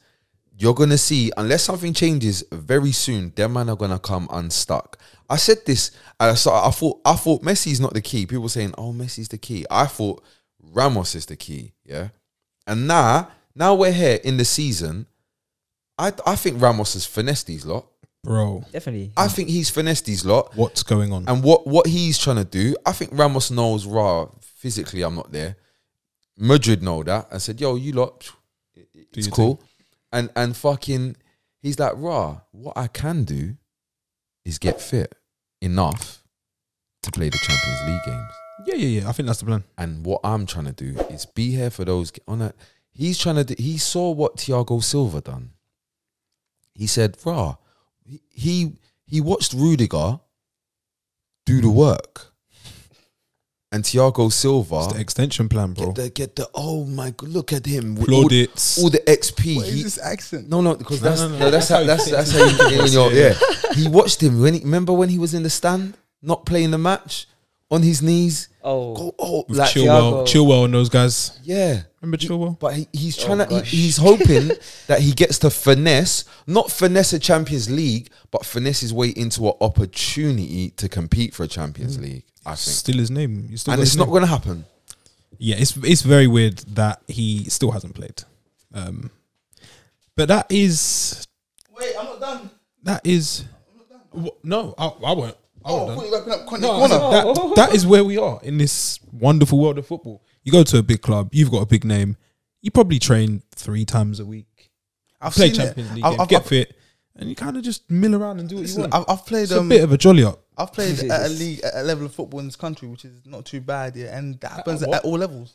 S3: You're gonna see unless something changes very soon, them man are gonna come unstuck. I said this, and I saw, I thought I thought Messi's not the key. People were saying, "Oh, Messi's the key." I thought Ramos is the key. Yeah, and now now we're here in the season. I I think Ramos has finessed these lot.
S1: bro.
S4: Definitely.
S3: I think he's finessed these lot.
S1: What's going on?
S3: And what what he's trying to do, I think Ramos knows. Raw physically, I'm not there. Madrid know that. I said, "Yo, you lot, it- it's
S1: your
S3: cool." And and fucking, he's like, "Raw, what I can do is get fit enough to play the Champions League games."
S1: yeah, yeah, yeah. I think that's the plan.
S3: And what I'm trying to do is be here for those. g- On a, he's trying to. Do, he saw what Thiago Silva done. He said, "Rah." He he, he watched Rudiger do the work, and Thiago
S1: It's the
S3: Silva
S1: extension plan, bro.
S3: get the, get the. Oh my! God, Look at him. with all,
S1: Plaudits.
S3: all the XP.
S2: What is
S3: He-
S2: this accent?
S3: no, no, because
S1: No,
S3: that's
S1: no, no,
S3: no,
S1: that's
S3: that's how
S1: how
S3: that's
S1: he
S3: that's
S1: fits
S3: how you get in
S1: in.
S3: your
S1: Yeah.
S3: yeah. He watched him when he remember when he was in the stand, not playing the match, on his knees.
S4: Oh.
S3: Go, oh,
S1: With
S3: like
S1: Chilwell,
S4: Thiago.
S1: Chilwell, and those guys.
S3: yeah.
S1: Remember Chilwell?
S3: But he, he's trying to.
S4: Oh gosh.
S3: He, he's hoping that he gets to finesse, not finesse a Champions League, but finesse his way into an opportunity to compete for a Champions
S4: Mm.
S3: League. I think,
S1: Still his name. You still
S3: and
S1: got
S3: it's
S1: his
S3: not
S1: name.
S3: going to happen.
S1: Yeah, it's it's very weird that he still hasn't played. Um, but that is
S2: Wait, I'm not done.
S1: that is wha- no, I, I won't. I
S2: Oh,
S1: won't.
S2: I
S1: done.
S2: thought you were wrapping up Conte
S1: No, I
S2: Corner.
S1: said
S3: Oh.
S1: that, that is where we are in this wonderful world of football. You go to a big club, you've got a big name, you probably train three times a week,
S2: I've
S1: play
S2: seen
S1: Champions
S2: it.
S1: League,
S2: I've,
S1: games,
S2: I've,
S1: get
S2: I've-
S1: fit, and you kind of just mill around and do what you
S2: listen,
S1: want.
S2: I've, I've played
S1: it's a
S2: um,
S1: bit of a jolly up.
S2: I've played at a league at a level of football in this country, which is not too bad. Yeah, and that happens at,
S1: what?
S2: all levels.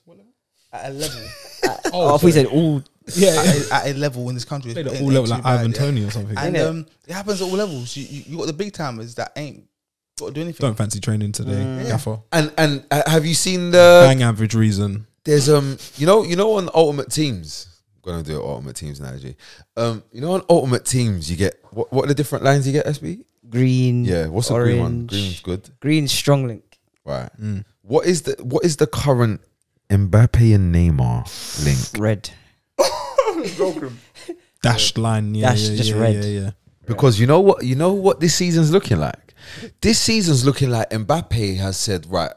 S2: At a level,
S4: Oh, I thought you said all.
S1: Yeah, yeah.
S2: at, a, at a level in this country,
S1: Played
S2: it
S1: at
S2: ain't
S1: all level
S2: too
S1: like
S2: bad,
S1: Ivan
S2: yeah.
S1: Tony or something.
S2: And
S4: Innit?
S2: um, it happens at all levels. You, you, you got the big timers that ain't got to do anything.
S1: Don't fancy training today,
S4: Mm.
S1: gaffer.
S3: And and uh, have you seen the?
S1: Bang average reason.
S3: There's um, you know, you know, on Ultimate Teams, I'm gonna do an Ultimate Teams analogy. Um, you know, on Ultimate Teams, you get what? What are the different lines you get? SB?
S4: Green.
S3: Yeah. What's the green one?
S4: Mm. orange.
S3: Green's good.
S4: Green strong link.
S3: Right.
S1: Mm.
S3: What is the what is the current Mbappe and Neymar link?
S4: Red.
S1: Dashed line, yeah,
S4: Dashed,
S1: yeah,
S4: just
S1: yeah,
S4: red.
S1: yeah, yeah.
S3: Because you know what you know what this season's looking like. This season's looking like Mbappe has said, right,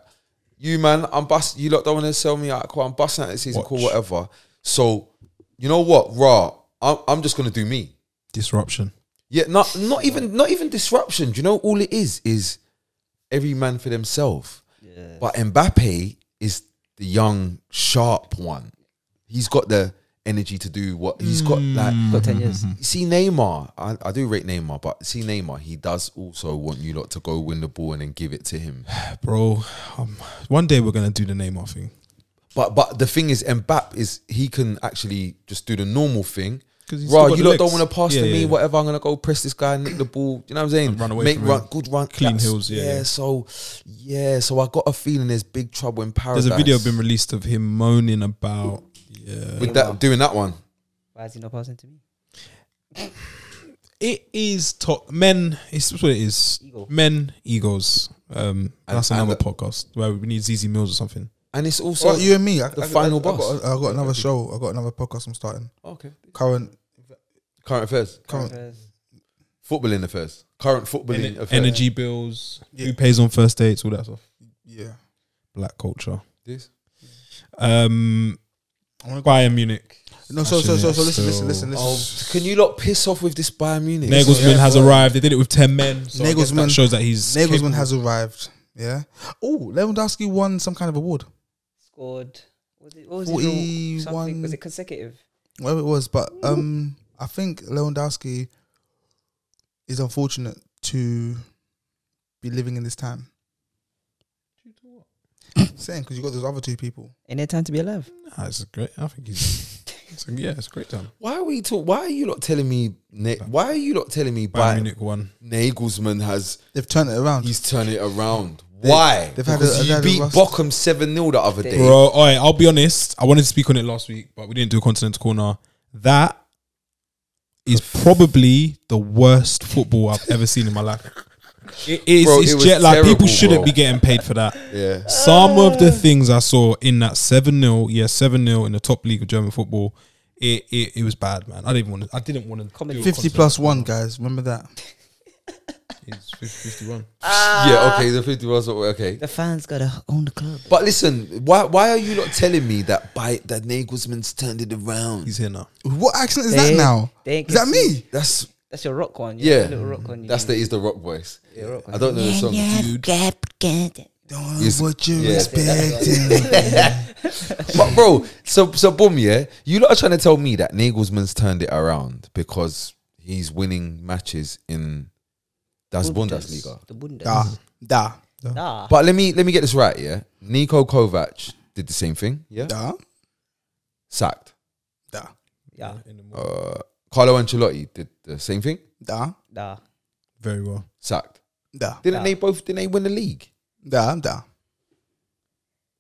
S3: you man, I'm bust. You lot don't want to sell me out. Cool, I'm busting out this season. Cool,
S1: Watch.
S3: whatever. So, you know what, raw. I'm I'm just gonna do me.
S1: Disruption.
S3: Yeah, not not even not even disruption. Do you know all it is is every man for themselves. But Mbappe is the young sharp one. He's got the energy to do what he's got. Like
S1: Mm.
S4: Got 10 years.
S3: see Neymar, I, I do rate Neymar, but see Neymar, he does also want you lot to go win the ball and then give it to him.
S1: Bro, um, one day we're gonna do the Neymar thing.
S3: But but the thing is, Mbappe is he can actually just do the normal thing.
S1: 'Cause he's
S3: Right,
S1: still got
S3: you
S1: the
S3: lot don't
S1: legs.
S3: want to pass
S1: Yeah,
S3: to
S1: yeah,
S3: me,
S1: yeah.
S3: whatever. I'm gonna go press this guy, and nick the ball. You know what I'm saying?
S1: run away
S3: Make
S1: from
S3: run,
S1: him.
S3: good run,
S1: Clean
S3: that's-
S1: heels, yeah, yeah.
S3: So yeah, so I got a feeling there's big trouble in paradise.
S1: There's a video been released of him moaning about yeah.
S3: with that doing that one.
S4: Why is he not passing to me?
S1: It is top men. It's what it is.
S4: Ego.
S1: Men egos. Um, that's
S3: and
S1: another
S3: the-
S1: podcast where we need ZZ Mills or something.
S3: and it's also
S2: So you and me, I,
S3: the
S2: I-
S3: final
S2: I, I,
S3: boss.
S2: got, I got another show. I got another podcast. I'm starting
S3: okay.
S2: current
S3: Current affairs,
S2: current
S3: footballing affairs, current footballing
S1: Ener-
S3: affairs.
S1: energy bills,
S2: Yeah.
S1: who pays on first dates, all that stuff.
S2: yeah.
S1: Black culture.
S3: This.
S1: Um,
S2: I wanna go-
S1: Bayern Munich.
S2: No, so so so so listen listen listen
S3: Oh,
S2: listen.
S3: can you lot piss off with this Bayern Munich?
S1: Nagelsmann
S2: yeah,
S1: has
S2: well-
S1: arrived. They did it with ten men. So I guess that
S2: Nagelsmann-
S1: shows that he's
S2: Nagelsmann
S1: capable.
S2: has arrived. Yeah. Oh, Lewandowski won some kind of award,
S4: Scored. Was it, what was it? real- Something.
S2: 41.
S4: Was it consecutive?
S2: whatever it was. But um, I think Lewandowski is unfortunate to be living in this time. Saying because you got those other two people.
S4: In their time to be alive.
S1: Nah, Ah, it's great. I think he's. it's a- yeah, it's a great time.
S3: Why are we talking? Why are you lot telling me? Na- why are you lot telling me
S1: Bayern
S3: Bayern
S1: Munich won.
S3: Nagelsmann has
S2: They've turned it around.
S3: he's turned it around? Why?
S2: they've had a-
S3: because
S2: they've
S3: you
S2: had a
S3: beat
S2: rust.
S3: Bochum seven 0 the other
S4: They-
S3: day.
S1: Bro, all right, I'll be honest. I wanted to speak on it last week, but we didn't do a Continental Corner. That is probably the worst football I've ever seen in my life. It is
S3: Bro,
S1: it's
S3: it was
S1: jet like people
S3: terrible,
S1: shouldn't
S3: bro.
S1: be getting paid for that.
S3: Yeah,
S1: Some of the things I saw in that 7 0, yeah, 7 0 in the top league of German football, it, it, it was bad, man. I didn't even want to, I didn't want to.
S4: Comment
S1: do a
S2: Fifty
S1: Continental
S2: plus one, guys. Remember that.
S1: Corner. It's 50, 51.
S3: yeah. Okay, the fifty was okay.
S4: The fans gotta own the club.
S3: But listen, why why are you not telling me that by that Nagelsmann's turned it around?
S1: He's here now.
S2: What accent is
S4: They-
S2: that now?
S4: they ain't
S2: Is that me?
S3: that's
S4: That's your rock one.
S3: yeah,
S4: Yeah. Little rock one. you
S3: that's the
S4: do.
S3: is the rock voice.
S4: Yeah, rock one.
S3: I don't know the song.
S2: Don't know
S3: Yes.
S2: what you
S3: Yeah.
S2: expecting.
S3: But bro, so so boom, yeah. You lot are trying to tell me that Nagelsmann's turned it around because he's winning matches in Das Bundesliga.
S4: The Bundes.
S2: da da
S4: Nah.
S3: But let me let me get this right, yeah. Niko Kovac did the same thing, yeah.
S2: da
S3: Sacked.
S2: da
S4: Yeah.
S1: In the morning.
S3: Uh, Carlo Ancelotti did the same thing,
S2: da
S4: Nah.
S1: Very well.
S3: sacked.
S2: da
S3: Didn't they
S4: Yeah.
S3: both? Didn't they win the league?
S2: da da.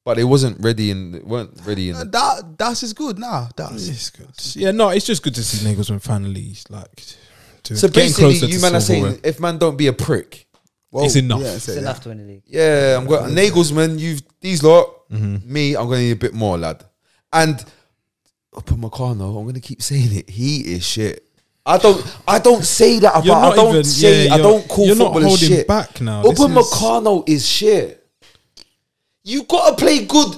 S3: But they wasn't ready and they weren't ready in.
S2: Uh,
S3: The,
S2: Da das is good. Nah, das.
S1: It's good. Yeah, no, it's just good to see Nagelsmann finally, like, doing,
S3: so
S1: getting
S3: basically,
S1: closer to
S3: you man are
S1: silverware.
S3: saying if man don't be a prick,
S2: Whoa.
S1: It's enough.
S2: Yeah, it's
S4: It's
S2: yeah.
S4: enough to win the league.
S3: Yeah, I'm going Nagelsmann. You've these lot.
S1: Mm-hmm.
S3: Me, I'm going to need a bit more, lad. And upon Meccano, I'm going to keep saying it. He is shit. I don't. I don't say that
S1: You're
S3: about.
S1: not
S3: I don't
S1: even-
S3: say.
S1: yeah,
S3: I
S1: you're-
S3: don't call
S1: you're not
S3: footballers
S1: holding
S3: shit.
S1: back now. This
S3: Upon
S1: is-
S3: Meccano is shit. You got to play good.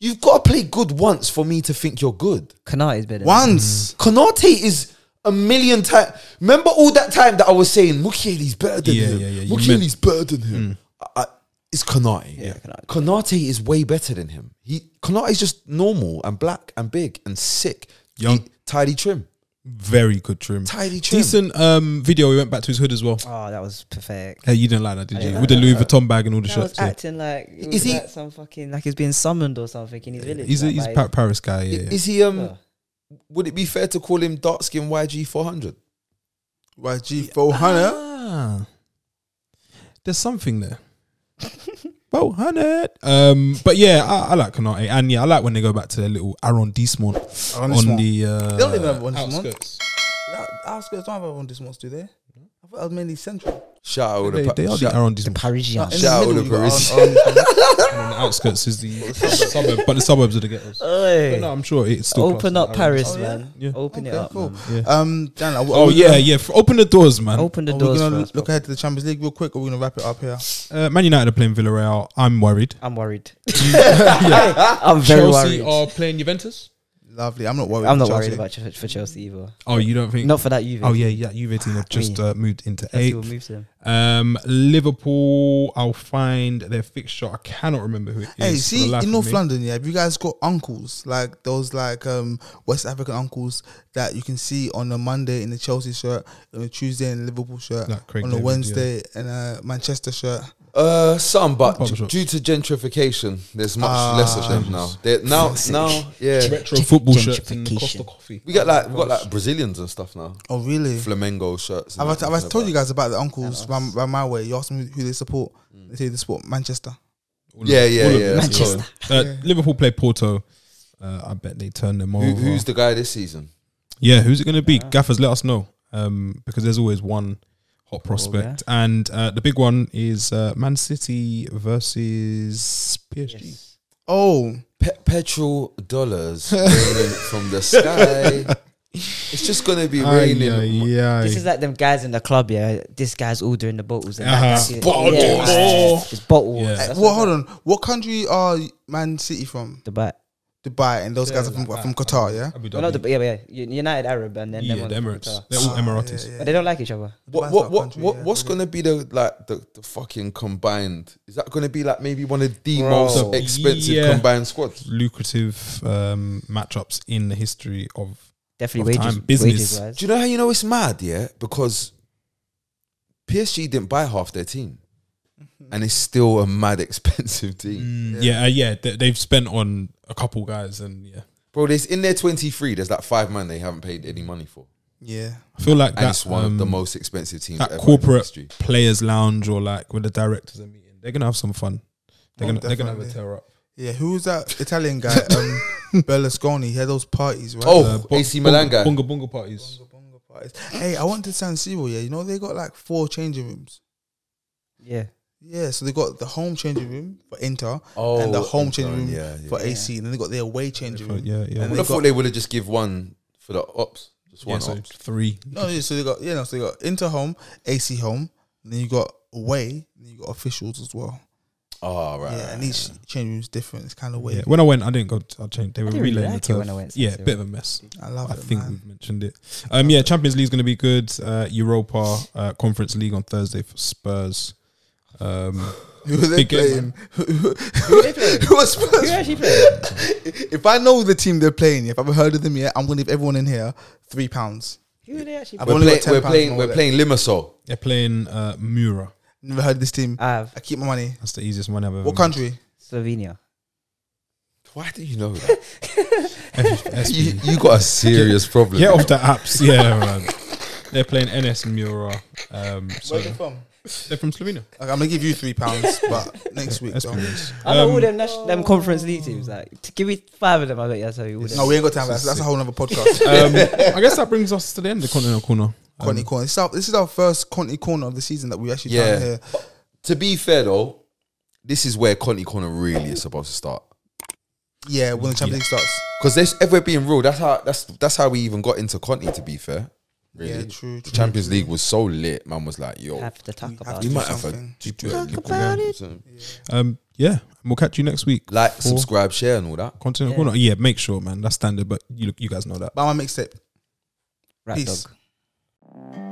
S3: You've got to play good once for me to think you're good.
S4: Kanata is better.
S2: Once.
S3: Konate is a million times. Remember all that time that I was saying Mukiele's better than
S1: Yeah,
S3: him.
S1: yeah, yeah, you Mm.
S3: Mukiele's better than him. I, I, it's Konate. Yeah,
S4: Konate.
S3: Konate is way better than him. He Konate's just normal and black and big and sick.
S1: Young.
S3: He- tidy trim,
S1: Very good trim.
S3: tidy trim.
S1: Decent um, video. We went back to his hood as well.
S4: Oh, that was perfect.
S1: Hey, you didn't like that, did you?
S4: didn't
S1: With the
S4: like
S1: Louis Vuitton bag and all the
S4: That was
S1: shots. Yeah.
S4: acting like it
S3: Is
S4: was
S3: he-
S4: like some fucking like he's being summoned or something in his village.
S1: He's a,
S4: like,
S1: he's
S4: by
S1: a Paris guy.
S3: I-
S1: Yeah, yeah.
S3: Is he? Um,
S4: his-
S3: would it be fair to call him dark skin YG four hundred?
S2: YG 400.
S1: Ah. There's something there. well, honey. Um, but yeah, I, I like Kanate, and yeah, I like when they go back to their little Aaron Desmond on
S2: Desmond.
S1: the. Uh, they
S2: don't even have Aaron Desmond.
S1: outskirts.
S2: Nah, Outskirts don't have everyone this month, do they? I thought I was mainly central.
S3: Shout out all
S1: They,
S3: the pa-
S1: they are the
S3: shout-
S1: Aaron Desmond.
S4: Parisian.
S2: In
S3: Shout out
S2: the
S3: to
S2: middle, you got
S3: Paris.
S2: Aaron- Aaron-
S1: And the outskirts is the suburb, but the suburbs are the ghettos.
S4: Oi.
S1: But no, I'm sure it's still classed
S4: Open
S1: as
S4: up
S1: Aaron
S4: Paris,
S2: Oh, yeah?
S4: man.
S1: Yeah.
S4: Open it
S2: Okay,
S4: up. Oh.
S2: cool.
S4: man.
S1: Desmond. Yeah.
S2: Um, Dan, are we- are
S1: Oh
S2: we
S1: yeah,
S2: gonna-
S1: yeah. f- Open the doors, man.
S4: Open the
S2: Are we
S4: doors.
S2: gonna
S4: for
S2: look-
S4: us,
S2: look ahead to the Champions League real quick, or we're gonna wrap it up here?
S1: Uh, Man United are playing Villarreal. I'm worried.
S4: I'm worried. I'm very worried.
S1: are playing Juventus.
S2: Lovely. I'm not worried.
S4: I'm not
S2: Chelsea.
S4: worried about Ch- for Chelsea either.
S1: Oh, you don't think?
S4: Not for that Juve.
S1: Oh yeah, yeah. Juve team have just
S4: Me.
S1: uh, moved into
S4: Chelsea
S1: eight.
S4: will move to them.
S1: Um, Liverpool. I'll find their fixture. I cannot remember who it is.
S2: Hey,
S1: for the
S2: see,
S1: life
S2: in
S1: of
S2: North
S1: me.
S2: London, yeah, have you guys got uncles like those, like um West African uncles that you can see on a Monday in the Chelsea shirt, on a Tuesday in a Liverpool shirt,
S1: Like Craig
S2: on a
S1: David, yeah.
S2: Wednesday in a Manchester shirt.
S3: Uh, some, but
S1: Barber
S3: d-
S1: shops.
S3: due to gentrification, there's much
S2: Ah.
S3: less of them now. They're now, now, yeah,
S1: retro football shirts and
S4: Gentrification.
S1: Costa coffee.
S3: we got like we got like Brazilians and stuff now.
S2: Oh, really?
S3: Flamengo shirts.
S2: Have I, have I told you guys about the uncles by, by my way? You asked me who they support.
S4: Mm.
S2: They say they support Manchester.
S1: All of
S3: Yeah,
S1: them.
S3: yeah,
S1: All of
S3: yeah.
S1: them.
S4: Manchester.
S1: Uh, Liverpool play Porto. Uh, I bet they turn
S2: Oh,
S1: them over.
S3: Who, who's the guy this season?
S1: yeah, who's it going to be? Gaffers, let us know. Um, because there's always one
S4: Oh,
S1: hot prospect, and uh, the big one is uh, Man City versus PSG.
S4: Yes.
S2: Oh,
S3: Pe- petrol dollars raining from the sky. It's just gonna be raining.
S1: yeah.
S4: This is like them guys in the club, yeah. This guy's ordering the bottles. And
S1: Uh-huh.
S4: that guy's-
S1: Bottles.
S4: man. It's bottles.
S1: Yeah.
S4: That's
S2: well,
S4: what-
S2: hold on. What country are Man City from?
S4: The back.
S2: Dubai, and those guys are from,
S1: like
S2: from
S1: that.
S2: Qatar, yeah.
S1: Abu
S4: Well,
S1: Dhabi.
S4: not the, yeah, but yeah. U- United Arab and then them
S1: yeah,
S4: on
S1: the Emirates.
S4: Qatar.
S1: They're all Emiratis.
S2: yeah,
S4: But they don't like each other.
S3: What what
S2: Dubai's not a
S3: what,
S2: country,
S3: what
S2: yeah,
S3: what's
S2: yeah.
S3: gonna be the like the, the fucking combined? Is that gonna be like maybe one of the
S4: Bro.
S3: most
S1: So,
S3: expensive
S1: yeah.
S3: combined squads?
S1: Lucrative um, matchups in the history of
S4: Definitely
S1: Of
S4: wages,
S1: time, business.
S4: wages wise.
S3: Do you know how you know it's mad? Yeah, because PSG didn't buy half their team, and it's still a mad expensive team.
S4: Mm.
S1: yeah yeah, uh, yeah they, they've spent on a couple guys and yeah
S3: Bro, there's in their 23. There's like five man they haven't paid any money for,
S2: Yeah.
S1: I feel like
S3: and it's
S1: that's
S3: one
S1: um,
S3: of the most expensive teams.
S1: that
S3: ever in
S1: corporate
S3: history.
S1: players lounge or like when the directors are meeting they're gonna have some fun they're
S2: Oh,
S1: gonna they're gonna have a
S2: definitely.
S1: tear up
S2: Yeah, who was that Italian guy? Um, Berlusconi. He had those parties, right?
S3: Oh, AC
S1: Bunga-
S3: Milan guy.
S1: Uh, bunga bunga parties
S2: Bongo, bongo parties. Hey, I went to San Siro. Yeah, you know they got like four changing rooms.
S4: Yeah.
S2: Yeah, so they got the home changing room for Inter
S3: Oh,
S2: and the home
S3: Inter,
S2: changing room
S3: yeah, yeah.
S2: for AC, and then they got the away changing room.
S1: yeah yeah
S3: I
S2: And
S3: would
S2: they
S3: have
S2: got,
S3: thought they would have just give one for the ops, just
S1: yeah
S3: one
S1: so
S3: ops.
S1: three
S2: no, yeah, so they got yeah, no, so they got Inter home, AC home, then you got away, then you got officials as well.
S3: Oh, right.
S2: yeah, and each changing room is different. It's kind of
S1: yeah
S2: weird.
S1: when I went I didn't go to, I changed they were
S4: didn't really
S1: relaying the
S4: like it
S1: turf
S4: when I went to
S1: yeah
S4: San
S1: bit of a mess
S2: I love
S1: I
S2: it,
S1: think
S2: man.
S1: we've mentioned it. Um, yeah, Champions League's going to be good. Uh, Europa uh, Conference League on Thursday for Spurs. Um,
S2: Who are they
S1: Big game,
S2: playing? Who
S4: they playing?
S2: are
S4: Who
S2: Spurs?
S4: actually played?
S2: If I know the team they're playing, if I've not heard of them yet, I'm gonna give everyone in here three pounds.
S4: Who are they actually
S2: I've
S4: playing?
S3: We're,
S2: only
S3: play,
S2: got 10
S3: we're
S2: pounds
S3: playing.
S2: more
S3: We're
S2: left.
S3: playing Limassol.
S1: they're playing uh, Mura.
S2: Never heard of this team.
S4: I have
S2: I keep my money.
S1: That's the easiest one ever.
S2: What country?
S4: Slovenia.
S3: Why do you know that? you,
S1: SP.
S3: you got a serious problem.
S1: Get off the apps. Yeah, man. They're playing NS Mura. Um, so
S2: Where they from?
S1: they're from Slovenia.
S2: Like, I'm gonna give you three pounds, but next week.
S1: SP.
S2: don't.
S4: I know all
S1: Um,
S4: them, nas- them conference league teams. Like, t- give me five of them. I bet you. I tell you all them.
S2: No, we ain't got time for that. That's a whole other podcast.
S1: Um, I guess that brings us to the end of Continental Corner. Um,
S2: Courtney Corner. This is, our, this is our first Courtney Corner of the season that we actually
S3: Yeah.
S2: done here.
S3: To be fair though, this is where Conti Corner really is supposed to start.
S2: Yeah, when the Champions League starts.
S3: Because there's if we're being real, that's how that's that's how we even got into Conti. To be fair, really,
S2: Yeah, true.
S3: the
S2: true.
S3: Champions League was so lit. Man was like, yo,
S4: have to talk
S2: We
S4: about
S2: to
S3: we
S4: it.
S2: do
S3: might have a
S2: something.
S3: keep going, keep
S4: about
S3: going.
S1: um, yeah, we'll catch you next week.
S3: Like,
S1: for
S3: subscribe, share, and all that.
S1: Continental
S4: Yeah.
S1: Corner. Yeah, make sure, man. That's standard, but you you guys know that.
S2: Buy my mixtape.
S4: Right,
S2: Peace.
S4: dog.